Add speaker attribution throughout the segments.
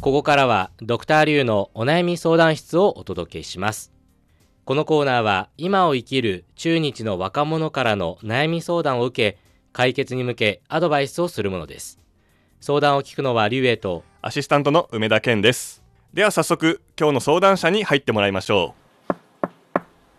Speaker 1: ここからはドクターリュウのお悩み相談室をお届けしますこのコーナーは今を生きる中日の若者からの悩み相談を受け解決に向けアドバイスをするものです相談を聞くのはリュウエイと
Speaker 2: アシスタントの梅田健ですでは早速今日の相談者に入ってもらいましょ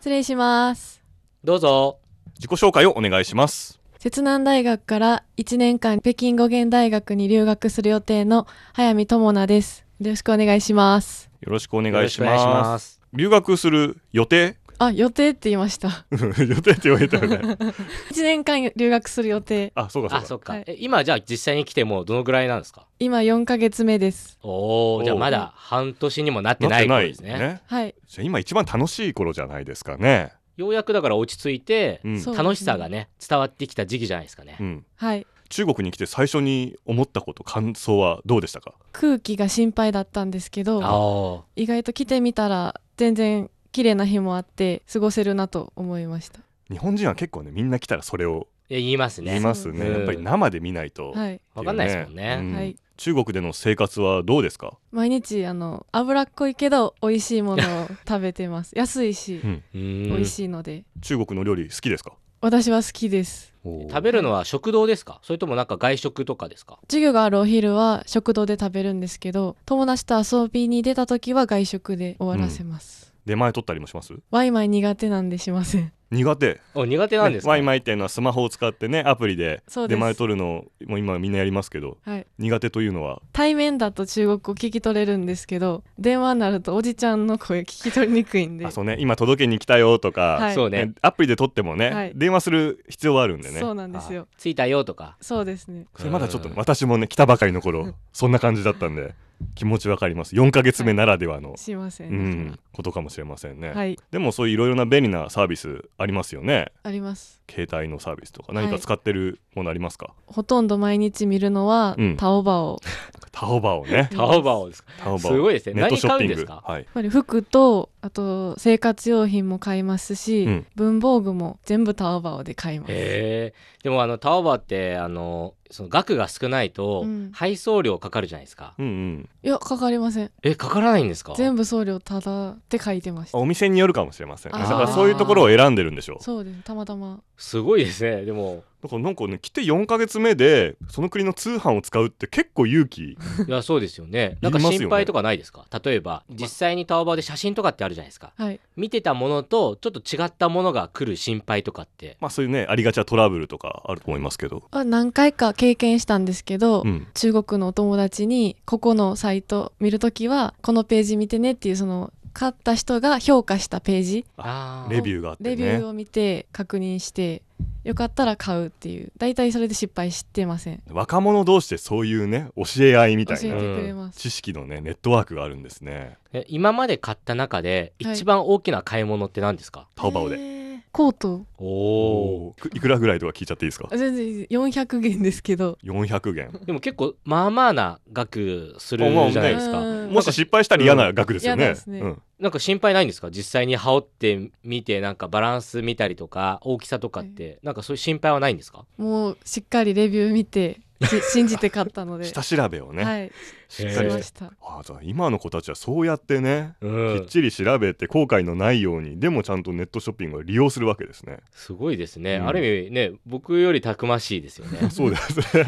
Speaker 3: 失礼します
Speaker 1: どうぞ
Speaker 2: う自己紹介をお願いします
Speaker 3: 摂南大学から1年間北京語源大学に留学する予定の早見智奈ですよろしくお願いします
Speaker 2: よろしくお願いし
Speaker 1: よろ
Speaker 2: ます
Speaker 1: くお願いします
Speaker 2: 留学する 予定
Speaker 3: あ予定って言いました
Speaker 2: 予定って言われたよね
Speaker 3: 1年間留学する予 定
Speaker 2: あそうか
Speaker 1: あ
Speaker 2: そ
Speaker 1: そうっか、
Speaker 3: はい
Speaker 1: え今じゃあ実際に来てもうどのぐらいなんですか
Speaker 3: 今4ヶ月目です
Speaker 1: お
Speaker 2: お
Speaker 1: お
Speaker 2: ー
Speaker 1: じゃあまだ半年にもなっ
Speaker 2: か
Speaker 1: てない
Speaker 2: な
Speaker 1: 頃
Speaker 2: って
Speaker 1: ですね
Speaker 3: はい
Speaker 2: じゃあ今一番楽しい頃じゃないですかね
Speaker 1: ようやくだから落ち着いて、
Speaker 2: うん
Speaker 3: そう
Speaker 1: 楽しさがね伝わってきた時期じゃないですかね、
Speaker 2: うん
Speaker 3: はい
Speaker 2: 中国に来て最初に思ったこと感想はどうでしたか
Speaker 3: 空気が心配だったんです
Speaker 1: あ
Speaker 3: け
Speaker 1: あ
Speaker 3: ど
Speaker 1: ー
Speaker 3: 意外と来てみたら全然綺麗な日もあって過ごせるなと思いました
Speaker 2: 日本人は結構ねみんな来たらそれを
Speaker 1: いや言いますね
Speaker 2: 言いますね
Speaker 1: うん
Speaker 2: やっぱり生で見ないと、
Speaker 3: はい
Speaker 1: わかんないですもんね
Speaker 2: う
Speaker 3: はい
Speaker 2: 中国での生活はどうですか、
Speaker 3: 毎日あの脂っこいけど美味しいものを食べてます安いし
Speaker 1: う
Speaker 3: 美
Speaker 1: ん
Speaker 3: 味しいので
Speaker 2: 中国の料理好きですか
Speaker 3: 私は好きです
Speaker 1: 食べるのは食堂ですかそれともなんか外食とかですか
Speaker 3: 授業があるお昼は食堂で食べるんですけど友達と遊びに出た時は外食で終わらせます、
Speaker 2: 出前取ったりもします
Speaker 3: ワイマイ苦手なんでしません
Speaker 2: 苦手
Speaker 1: お苦手なんですか、
Speaker 2: ワイマイっていうのはスマホを使ってねアプリで
Speaker 3: そうで
Speaker 2: 出
Speaker 3: す
Speaker 2: 前取るのも今みんなやりますけど
Speaker 3: はい
Speaker 2: 苦手というのは
Speaker 3: 対面だと中国語聞き取れるんですけど電話になるとおじちゃんの声聞き取りにくいんで
Speaker 2: あそうね今届けに来たよとか、
Speaker 3: はい
Speaker 1: そうね
Speaker 2: ねアプリで取ってもね、
Speaker 3: はい
Speaker 2: 電話する必要はあるんでね
Speaker 3: そうなんですよ
Speaker 1: あ着いたよとか
Speaker 3: そうですね
Speaker 2: それまだちょっとね
Speaker 1: うん
Speaker 2: 私もね来たばかりの頃そんな感じだったんで気持ちわかります4ヶ月目ならではの、
Speaker 3: すいません、
Speaker 2: う
Speaker 3: だ
Speaker 2: ん、ことかもしれませんね、
Speaker 3: からはい
Speaker 2: でもそういういろいろな便利なサービスありますよね
Speaker 3: あります
Speaker 2: 携帯のサービスとか何か使ってるものありますか、
Speaker 3: ほとんど毎日見るのは、
Speaker 2: うん
Speaker 3: タオバオやっ
Speaker 2: タオバオね
Speaker 1: タオバオですか
Speaker 2: タオバオ
Speaker 1: すごいですね
Speaker 2: ネット
Speaker 1: 何
Speaker 2: ショッ
Speaker 1: 買う
Speaker 2: ピ
Speaker 1: ん
Speaker 2: ン
Speaker 1: で
Speaker 2: グ
Speaker 1: すか
Speaker 2: はい
Speaker 3: ぱり服とあと生活用品も買いますし、
Speaker 2: うん
Speaker 3: 文房具も全部タオバオで買います
Speaker 1: へえでもあのタオバってあのその額が少ないと
Speaker 3: うん
Speaker 1: 配送料かかるじゃないですか、
Speaker 2: うんうん
Speaker 3: いやかかりません
Speaker 1: えかからないんですか
Speaker 3: 全部送料ただって書いてました
Speaker 2: お店によるかもしれませんね
Speaker 3: あ
Speaker 2: だ
Speaker 1: ー
Speaker 2: からそういうところを選んでるんでしょう
Speaker 3: そうですたまたます
Speaker 1: ごいですねでも
Speaker 2: だからなんかね来て4ヶ月目でその国の通販を使うって結構勇気
Speaker 1: いやそうですよ ね
Speaker 2: 言
Speaker 1: ないんか
Speaker 2: ますよね
Speaker 1: 心配とかないですか例えば実際にタオバオで写真とかってあるじゃないですか
Speaker 3: はい
Speaker 1: 見てたものとちょっと違ったものが来る心配とかって
Speaker 2: まあそういうねありがちなトラブルとかあると思いますけど、
Speaker 3: は何回か経験したんですけど、
Speaker 2: うん、
Speaker 3: 中国のお友達にここのサイト見るときはこのページ見てねっていうその買った人が評価したページ
Speaker 1: あ
Speaker 2: レビューがあってね
Speaker 3: レビューを見て確認してよかったら買うっていう大体それで失敗してません
Speaker 2: 若者同士でそういうね教え合いみ
Speaker 3: 教
Speaker 2: た
Speaker 3: えて
Speaker 2: いな
Speaker 3: くれます、
Speaker 2: 知識のねネットワークがあるんですね
Speaker 1: え今まで買った中で
Speaker 3: はい
Speaker 1: 一番大きな買い物って何ですか、
Speaker 2: タオバオで、
Speaker 3: でコート
Speaker 1: お
Speaker 2: おーいくらぐらいとか聞いちゃっていいですか
Speaker 3: 全然400元ですけど
Speaker 2: 400元
Speaker 1: でも結構まあまあな額するじゃないですか、
Speaker 3: うん
Speaker 2: もし失敗したら嫌な額ですよ
Speaker 3: 嫌
Speaker 2: ね,、
Speaker 3: ですね
Speaker 2: うん、
Speaker 1: なんか心配ないんですか実際に羽織ってみてなんかバランス見たりとか大きさとかってなんかそういう心配はないんですか
Speaker 3: もうしっかりレビュー見てし信じて買ったので
Speaker 2: 下調べをね、
Speaker 3: はい
Speaker 2: しっ
Speaker 3: し
Speaker 2: かり
Speaker 3: ま
Speaker 2: して
Speaker 3: した
Speaker 2: あじゃあ今の子たちはそうやってね、
Speaker 1: う
Speaker 2: きっ
Speaker 1: ん、
Speaker 2: ちり調べて後悔のないようにでもちゃんとネットショッピングを利用するわけです ね。
Speaker 1: すごいですね、
Speaker 2: うん
Speaker 1: ある意味ね僕よりたくましいですよ ね
Speaker 2: そうですね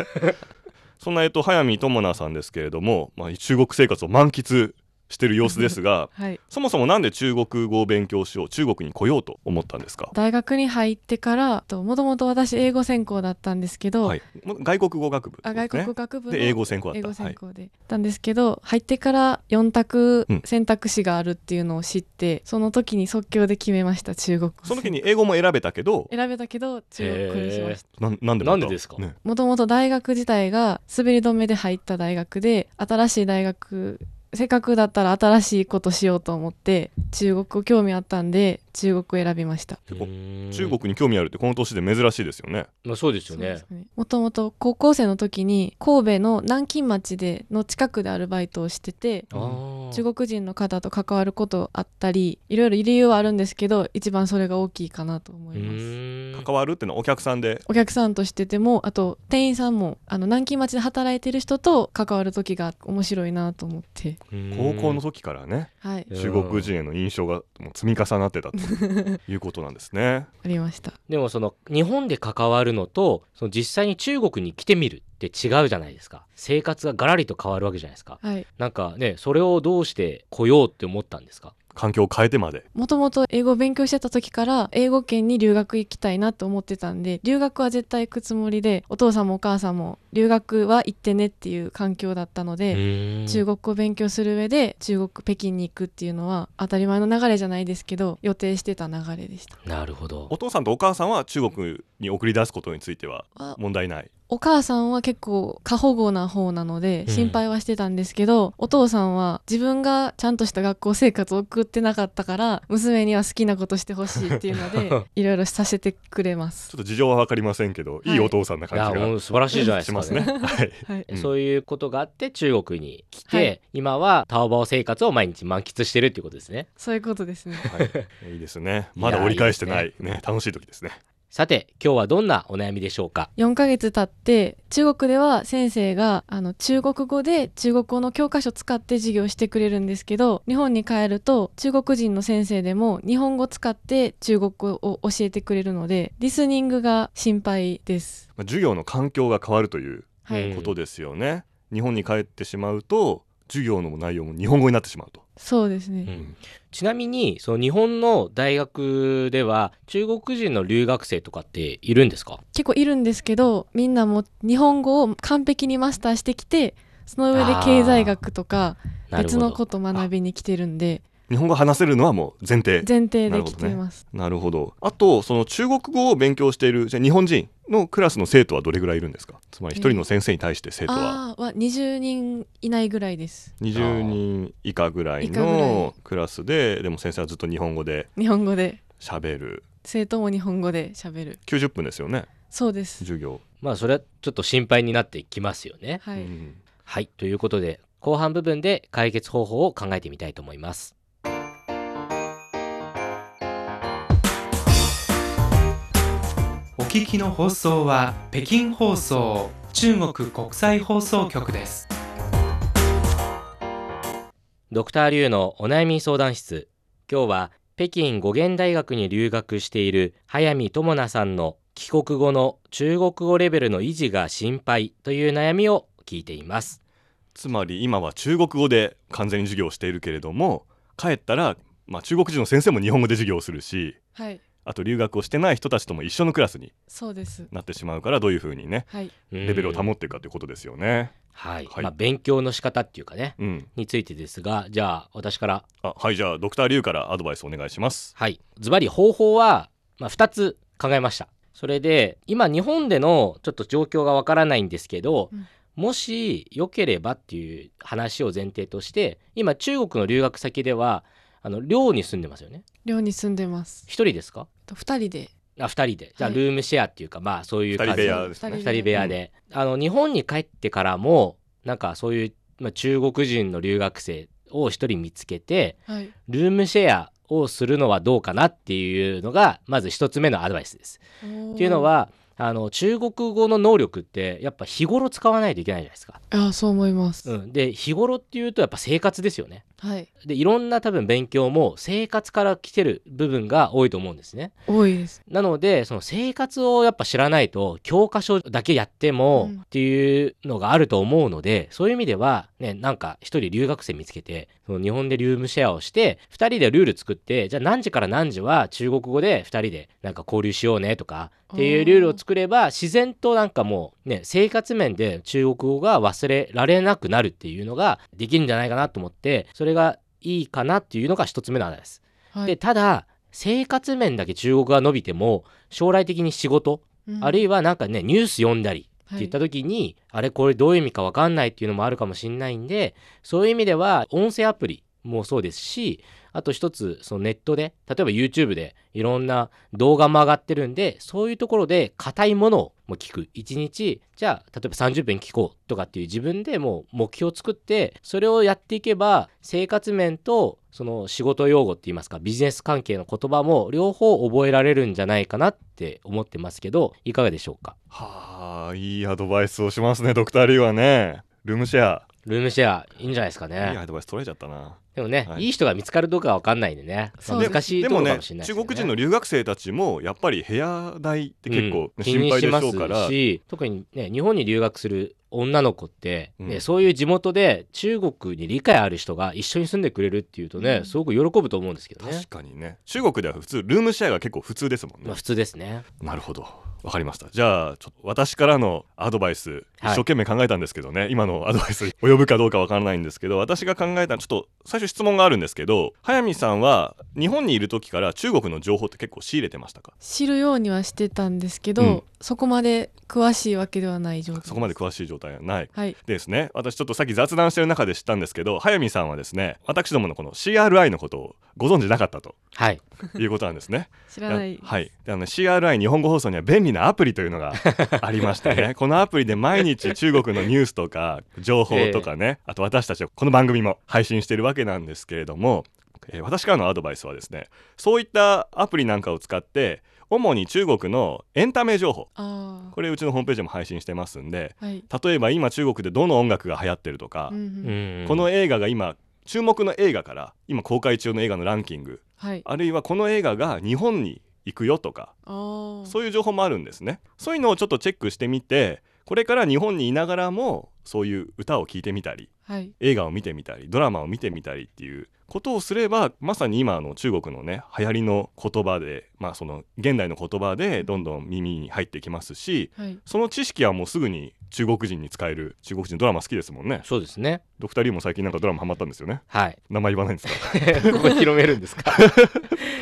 Speaker 2: そんな、えっと、早見智奈さんですけれども、まあ、中国生活を満喫してる様子ですが
Speaker 3: はい
Speaker 2: そもそもなんで中国語を勉強しよう中国に来ようと思ったんですか、
Speaker 3: 大学に入ってからともともと私英語専攻だったんですけど、
Speaker 2: はい、も外国語学部です、
Speaker 3: あ
Speaker 2: ね、
Speaker 3: 外国語学部の
Speaker 2: で英語専攻だ
Speaker 3: 英
Speaker 2: った
Speaker 3: 語
Speaker 2: は
Speaker 3: 専
Speaker 2: い
Speaker 3: 攻で、なんですけど入ってから4択
Speaker 2: うん
Speaker 3: 選択肢があるっていうのを知って、その時に即興で決めました中国語
Speaker 2: その時に英語も選べたけど
Speaker 3: 選べたけど中国語にしました
Speaker 2: なんなんで
Speaker 1: な
Speaker 2: また
Speaker 1: んでですか
Speaker 2: ね
Speaker 3: もともと大学自体が滑り止めで入った大学で新しい大学せっかくだったら新しいことしようと思って中国語興味あったんで中国を選びました。
Speaker 2: 結構
Speaker 1: うーん
Speaker 2: 中国に興味あるってこの年で珍しいですよね
Speaker 1: まあそうですよ
Speaker 3: そうで
Speaker 1: ね
Speaker 3: すねもともと高校生の時に神戸の南京町での近くでアルバイトをしてて
Speaker 1: あー
Speaker 3: 中国人の方と関わることあったりいろいろ理由はあるんですけど一番それが大きいかなと思
Speaker 1: う
Speaker 3: います。
Speaker 1: ーん
Speaker 2: 関わるってのはお客さんで
Speaker 3: お客さんとしててもあと店員さんもあの南京町で働いてる人と関わる時が面白いなと思って、
Speaker 2: 高校の
Speaker 1: う
Speaker 2: 時からね
Speaker 3: はい、
Speaker 1: うん
Speaker 2: 中国人への印象がもう積み重なってたということなんです ね
Speaker 3: ありました。
Speaker 1: ーんでもその日本で関わるのとその実際に中国に来てみるって違うじゃないですか生活がガラリと変わるわけじゃないですか
Speaker 3: はい
Speaker 1: なんかねそれをどうして来ようって思ったんですか
Speaker 2: 環境を変えてまで
Speaker 3: もともと英語を勉強してた時から英語圏に留学行きたいなと思ってたんで留学は絶対行くつもりでお父さんもお母さんも留学は行ってねっていう環境だったので、中
Speaker 1: 中
Speaker 3: 国語を勉強する上で中国北京に行くっていうのは当たり前の流れじゃないですけど予定してた流れでした。
Speaker 1: なるほど
Speaker 2: お父さんとお母さんは中国に送り出すことについては
Speaker 3: あ
Speaker 2: 問題ない
Speaker 3: お母さんは結構過保護な方なので
Speaker 1: うん
Speaker 3: 心配はしてたんですけど、お父さんは自分がちゃんとした学校生活を送ってなかったから娘には好きなことしてほしいっていうの でいろいろさせてくれま
Speaker 2: ち
Speaker 3: す
Speaker 2: ょ。っと事情は分かりませんけど、い、い
Speaker 3: はい
Speaker 2: お父さんない
Speaker 1: や
Speaker 2: 感じ
Speaker 1: も
Speaker 2: が
Speaker 1: う素晴らしいじゃないで
Speaker 2: し
Speaker 1: す
Speaker 2: ま
Speaker 1: か
Speaker 2: すね はい
Speaker 3: はい、
Speaker 2: うん
Speaker 1: そういうことがあって中国に来て、
Speaker 3: はい
Speaker 1: 今はタオバオ生活を毎日満喫してるっていうことですね
Speaker 3: そういうことですね。
Speaker 2: はい、いいですねまだ折り返してないね楽しい時ですね
Speaker 1: さて今日はどんなお悩みでしょうか
Speaker 3: 4ヶ月経って中国では先生があの中国語で中国語の教科書使って授業してくれるんですけど日本に帰ると中国人の先生でも日本語使って中国語を教えてくれるのでリスニングが心配です。
Speaker 2: まあ授業の環境が変わるという
Speaker 3: は
Speaker 1: う
Speaker 3: い、
Speaker 1: ん
Speaker 2: ことですよね、日本に帰ってしまうと授業の内容も日本語になってしまうと
Speaker 3: そうですね。
Speaker 1: うんちなみにその日本の大学では中国人の留学生とかっているんですか
Speaker 3: 結構いるんですけどみんなもう日本語を完璧にマスターしてきてその上で経済学とか
Speaker 1: なるほ
Speaker 3: 別
Speaker 1: ど
Speaker 3: のこと学びに来てるんで
Speaker 2: 日本語話せるのはもう前提
Speaker 3: 前提で来ています。
Speaker 2: なるほどあとその中国語を勉強しているじゃあ日本人のクラスの生徒はどれぐらいいるんですかつまり一人の先生に対して生徒は
Speaker 3: ああーは20人いないぐらいです
Speaker 2: 20人以下ぐらい
Speaker 3: 以下ぐら
Speaker 2: のクラスででも先生はずっと日本語で
Speaker 3: 日本語で
Speaker 2: 喋る
Speaker 3: 生徒も日本語で喋る
Speaker 2: 90分ですよね
Speaker 3: そうです
Speaker 2: 授業、
Speaker 1: まあそれはちょっと心配になってきますよね
Speaker 3: はい、
Speaker 2: うん
Speaker 1: はいということで後半部分で解決方法を考えてみたいと思います
Speaker 4: お聞きの放送は北京放送中国国際放送局です。
Speaker 1: ドクターリュウのお悩み相談室今日は北京語源大学に留学している早見智奈さんの帰国後の中国語レベルの維持が心配という悩みを聞いています
Speaker 2: つまり今は中国語で完全に授業をしているけれども帰ったら、まあ、中国人の先生も日本語で授業をするし
Speaker 3: はい、
Speaker 2: あと留学をしてない人たちとも一緒のクラスに
Speaker 3: そうです
Speaker 2: なってしまうからどういうふうにね
Speaker 3: はい
Speaker 1: レ
Speaker 2: レベルを保っていくかということですよね。
Speaker 1: はい、
Speaker 2: はい
Speaker 1: まあ、勉強の仕方っていうかね
Speaker 2: うん、
Speaker 1: についてですがじゃあ私から
Speaker 2: あはいじゃあドクターリュウからアドバイスお願いします。
Speaker 1: はいズバリ方法は、まあ、2つ考えましたそれで今日本でのちょっと状況がわからないんですけど、
Speaker 3: うん
Speaker 1: もしよければっていう話を前提として今中国の留学先ではあの寮に住んでますよね
Speaker 3: 寮に住んでます
Speaker 1: 1人ですか
Speaker 3: と2人で
Speaker 1: あ2人でじゃあ
Speaker 3: はい
Speaker 1: ルームシェアっていうか、まあそういう
Speaker 2: 二
Speaker 1: 感
Speaker 2: 人
Speaker 1: じ
Speaker 2: 部屋ですね。
Speaker 1: 二人部屋で、あの日本に帰ってからもなんかそういう、まあ、中国人の留学生を一人見つけて
Speaker 3: はい
Speaker 1: ルームシェアをするのはどうかなっていうのがまず一つ目のアドバイスです。っていうのはあの中国語の能力ってやっぱ日頃使わないといけないじゃないですか。
Speaker 3: あーそう思います、
Speaker 1: うん、で日頃っていうとやっぱ生活ですよね。
Speaker 3: はい
Speaker 1: でいろんな多分勉強も生活から来てる部分が多いと思うんですね。
Speaker 3: 多いです
Speaker 1: なのでその生活をやっぱ知らないと教科書だけやっても
Speaker 3: うん
Speaker 1: っていうのがあると思うので、そういう意味ではねなんか一人留学生見つけてその日本でルームシェアをして2人でルール作ってじゃあ何時から何時は中国語で2人でなんか交流しようねとかっていうルールを作れば自然となんかもうね生活面で中国語が忘れられなくなるっていうのができるんじゃないかなと思ってそれがいいかなっていうのが一つ目の案です。
Speaker 3: はい
Speaker 1: でただ生活面だけ中国が伸びても将来的に仕事、
Speaker 3: うん
Speaker 1: あるいはなんかねニュース読んだりって
Speaker 3: はい
Speaker 1: 言った時に、あれこれどういう意味か分かんないっていうのもあるかもしれないんでそういう意味では音声アプリもそうですしあと一つそのネットで例えば YouTube でいろんな動画も上がってるんでそういうところで硬いものをもう聞く1日じゃあ例えば30分聞こうとかっていう自分でもう目標を作ってそれをやっていけば生活面とその仕事用語って言いますかビジネス関係の言葉も両方覚えられるんじゃないかなって思ってますけどいかがでしょうか
Speaker 2: はあいいアドバイスをしますねドクター・リュウはねルームシェア
Speaker 1: ルームシェアいいんじゃないですか
Speaker 2: いい
Speaker 1: ね
Speaker 2: アドバイス取られちゃったな
Speaker 1: でもね、、
Speaker 2: はいい
Speaker 1: い人が見つかるどうかわかんないんでね
Speaker 3: そう
Speaker 1: 難しいところかもしれ
Speaker 2: でも
Speaker 1: な
Speaker 2: ね
Speaker 1: いです
Speaker 2: 中
Speaker 1: よね
Speaker 2: 国人の留学生たちもやっぱり部屋代って結構ね、
Speaker 1: うん
Speaker 2: 心配でしょうか
Speaker 1: 気にしま
Speaker 2: ら
Speaker 1: すし特にね日本に留学する女の子って、ね
Speaker 2: うん
Speaker 1: そういう地元で中国に理解ある人が一緒に住んでくれるっていうとね、
Speaker 3: うん
Speaker 1: すごく喜ぶと思うんですけどね
Speaker 2: 確かにね中国では普通ルームシェアが結構普通ですもんね、
Speaker 1: まあ普通ですね
Speaker 2: なるほどわかりましたじゃあちょっと私からのアドバイス
Speaker 1: はい
Speaker 2: 一生懸命考えたんですけどね、今のアドバイス及ぶかどうかわからないんですけど私が考えたちょっと最初質問があるんですけど早見さんは日本にいる時から中国の情報って結構仕入れてましたか
Speaker 3: 知るようにはしてたんですけど、
Speaker 2: うん
Speaker 3: そこまで詳しいわけではない状況
Speaker 2: そこまで詳しい状態はない
Speaker 3: はい
Speaker 2: ですね私ちょっとさっき雑談してる中で知ったんですけど早見さんはですね私どものこの CRI のことをご存知なかったと
Speaker 1: はい
Speaker 2: いうことなんですね
Speaker 3: 知らない
Speaker 2: はい、であの CRI 日本語放送には便利なアプリというの がありましてね、このアプリで毎日中国のニュースとか情報とかね、あと私たちはこの番組も配信してるわけなんですけれども、えー私からのアドバイスはですねそういったアプリなんかを使って主に中国のエンタメ情報
Speaker 3: あ
Speaker 2: これうちのホームページでも配信してますんで
Speaker 3: あはい、
Speaker 2: 例えば今中国でどの音楽が流行ってるとか、
Speaker 3: うんうん
Speaker 1: こ
Speaker 2: この映画が今注目の映画から今公開中の映画のランキング
Speaker 3: はい
Speaker 2: あるいはこの映画が日本に行くよとか
Speaker 3: あー
Speaker 2: そういう情報もあるんですね。そういうのをちょっとチェックしてみて、これから日本にいながらもそういう歌を聴いてみたり、
Speaker 3: はい
Speaker 2: 映画を見てみたり、ドラマを見てみたりっていうことをすれば、まさに今あの中国のね流行りの言葉で、まあその現代の言葉でどんどん耳に入ってきますし、
Speaker 3: はい
Speaker 2: その知識はもうすぐに中国人に使える。中国人ドラマ好きですもんね。
Speaker 1: そうですね
Speaker 2: ドクターリーも最近なんかドラマハマったんですよね。
Speaker 1: はい
Speaker 2: 名前言わないんですか。
Speaker 1: ここ広めるんですか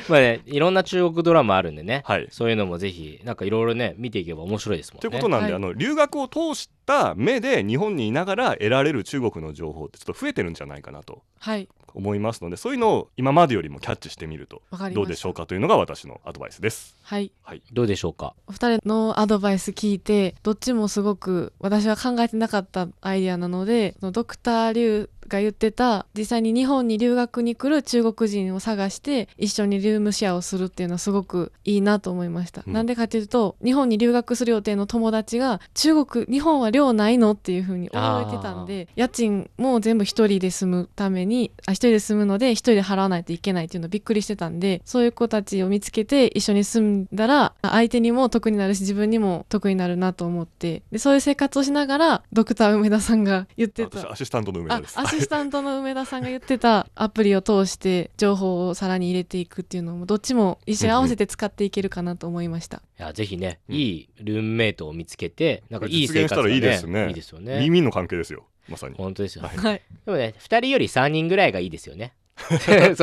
Speaker 1: まあねいろんな中国ドラマあるんでね、
Speaker 2: はい。
Speaker 1: そういうのもぜひなんかいろいろね見ていけば面白いですもんね
Speaker 2: ということなんで、
Speaker 3: はい
Speaker 2: あの留学を通した目で日本にいながら得られる中国の情報ってちょっと増えてるんじゃないかなと
Speaker 3: はい
Speaker 2: 思いますのでそういうのを今までよりもキャッチしてみると
Speaker 3: わかりました
Speaker 2: どうでしょうかというのが私のアドバイスです。
Speaker 3: はい
Speaker 1: どうでしょうか
Speaker 3: お二人のアドバイス聞いてどっちもすごく私は考えてなかったアイデアなのでそのドクター・リュウが言ってた実際に日本に留学に来る中国人を探して一緒にルームシェアをするっていうのはすごくいいなと思いました、
Speaker 2: うん
Speaker 3: なんでかっていうと日本に留学する予定の友達が中国日本は寮ないのっていうふうに驚いてたんで家賃も全部一人で住むためにあ一人で住むので一人で払わないといけないっていうのびっくりしてたんでそういう子たちを見つけて一緒に住んだらあ相手にも得になるし自分にも得になるなと思ってでそういう生活をしながらドクター梅田さんが言って
Speaker 2: 私
Speaker 3: た
Speaker 2: アシスタントの梅田
Speaker 3: あ
Speaker 2: です。
Speaker 3: アシスタントの梅田さんが言ってたアプリを通して情報をさらに入れていくっていうのもどっちも一緒に合わせて使っていけるかなと思いました。
Speaker 1: いやぜひね、
Speaker 2: うん
Speaker 1: いいルームメイトを見つけてなんかいい
Speaker 2: 実
Speaker 1: 生
Speaker 2: 現
Speaker 1: 活
Speaker 2: した
Speaker 1: が、
Speaker 2: ら
Speaker 1: ね、
Speaker 2: いいですね
Speaker 1: いいですよね
Speaker 2: 耳の関係ですよまさに。
Speaker 1: 本当ですよ、
Speaker 2: はい
Speaker 3: はい、
Speaker 1: でもね2人より3人ぐらいがいいですよ ねそう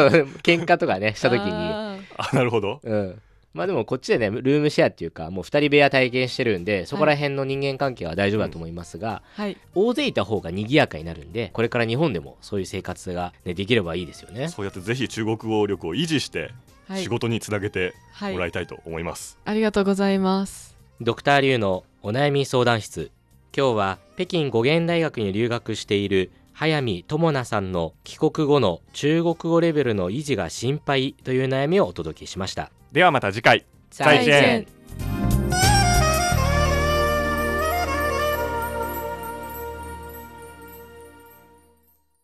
Speaker 1: 喧嘩とかねした時に、
Speaker 3: あー
Speaker 2: あなるほど。
Speaker 1: うん、まあでもこっちでねルームシェアっていうかもう2人部屋体験してるんでそこら辺の人間関係は大丈夫だと思いますが、
Speaker 3: はい
Speaker 1: 大勢いた方が賑やかになるんでこれから日本でもそういう生活が、ね、できればいいですよね
Speaker 2: そうやってぜひ中国語力を維持して
Speaker 3: はい
Speaker 2: 仕事につなげて
Speaker 3: はい
Speaker 2: もらいたいと思います。
Speaker 3: ありがとうございます。
Speaker 1: ドクターリュウのお悩み相談室今日は北京語源大学に留学している早見智奈さんの帰国後の中国語レベルの維持が心配という悩みをお届けしました
Speaker 2: ではまた次回。再
Speaker 3: 见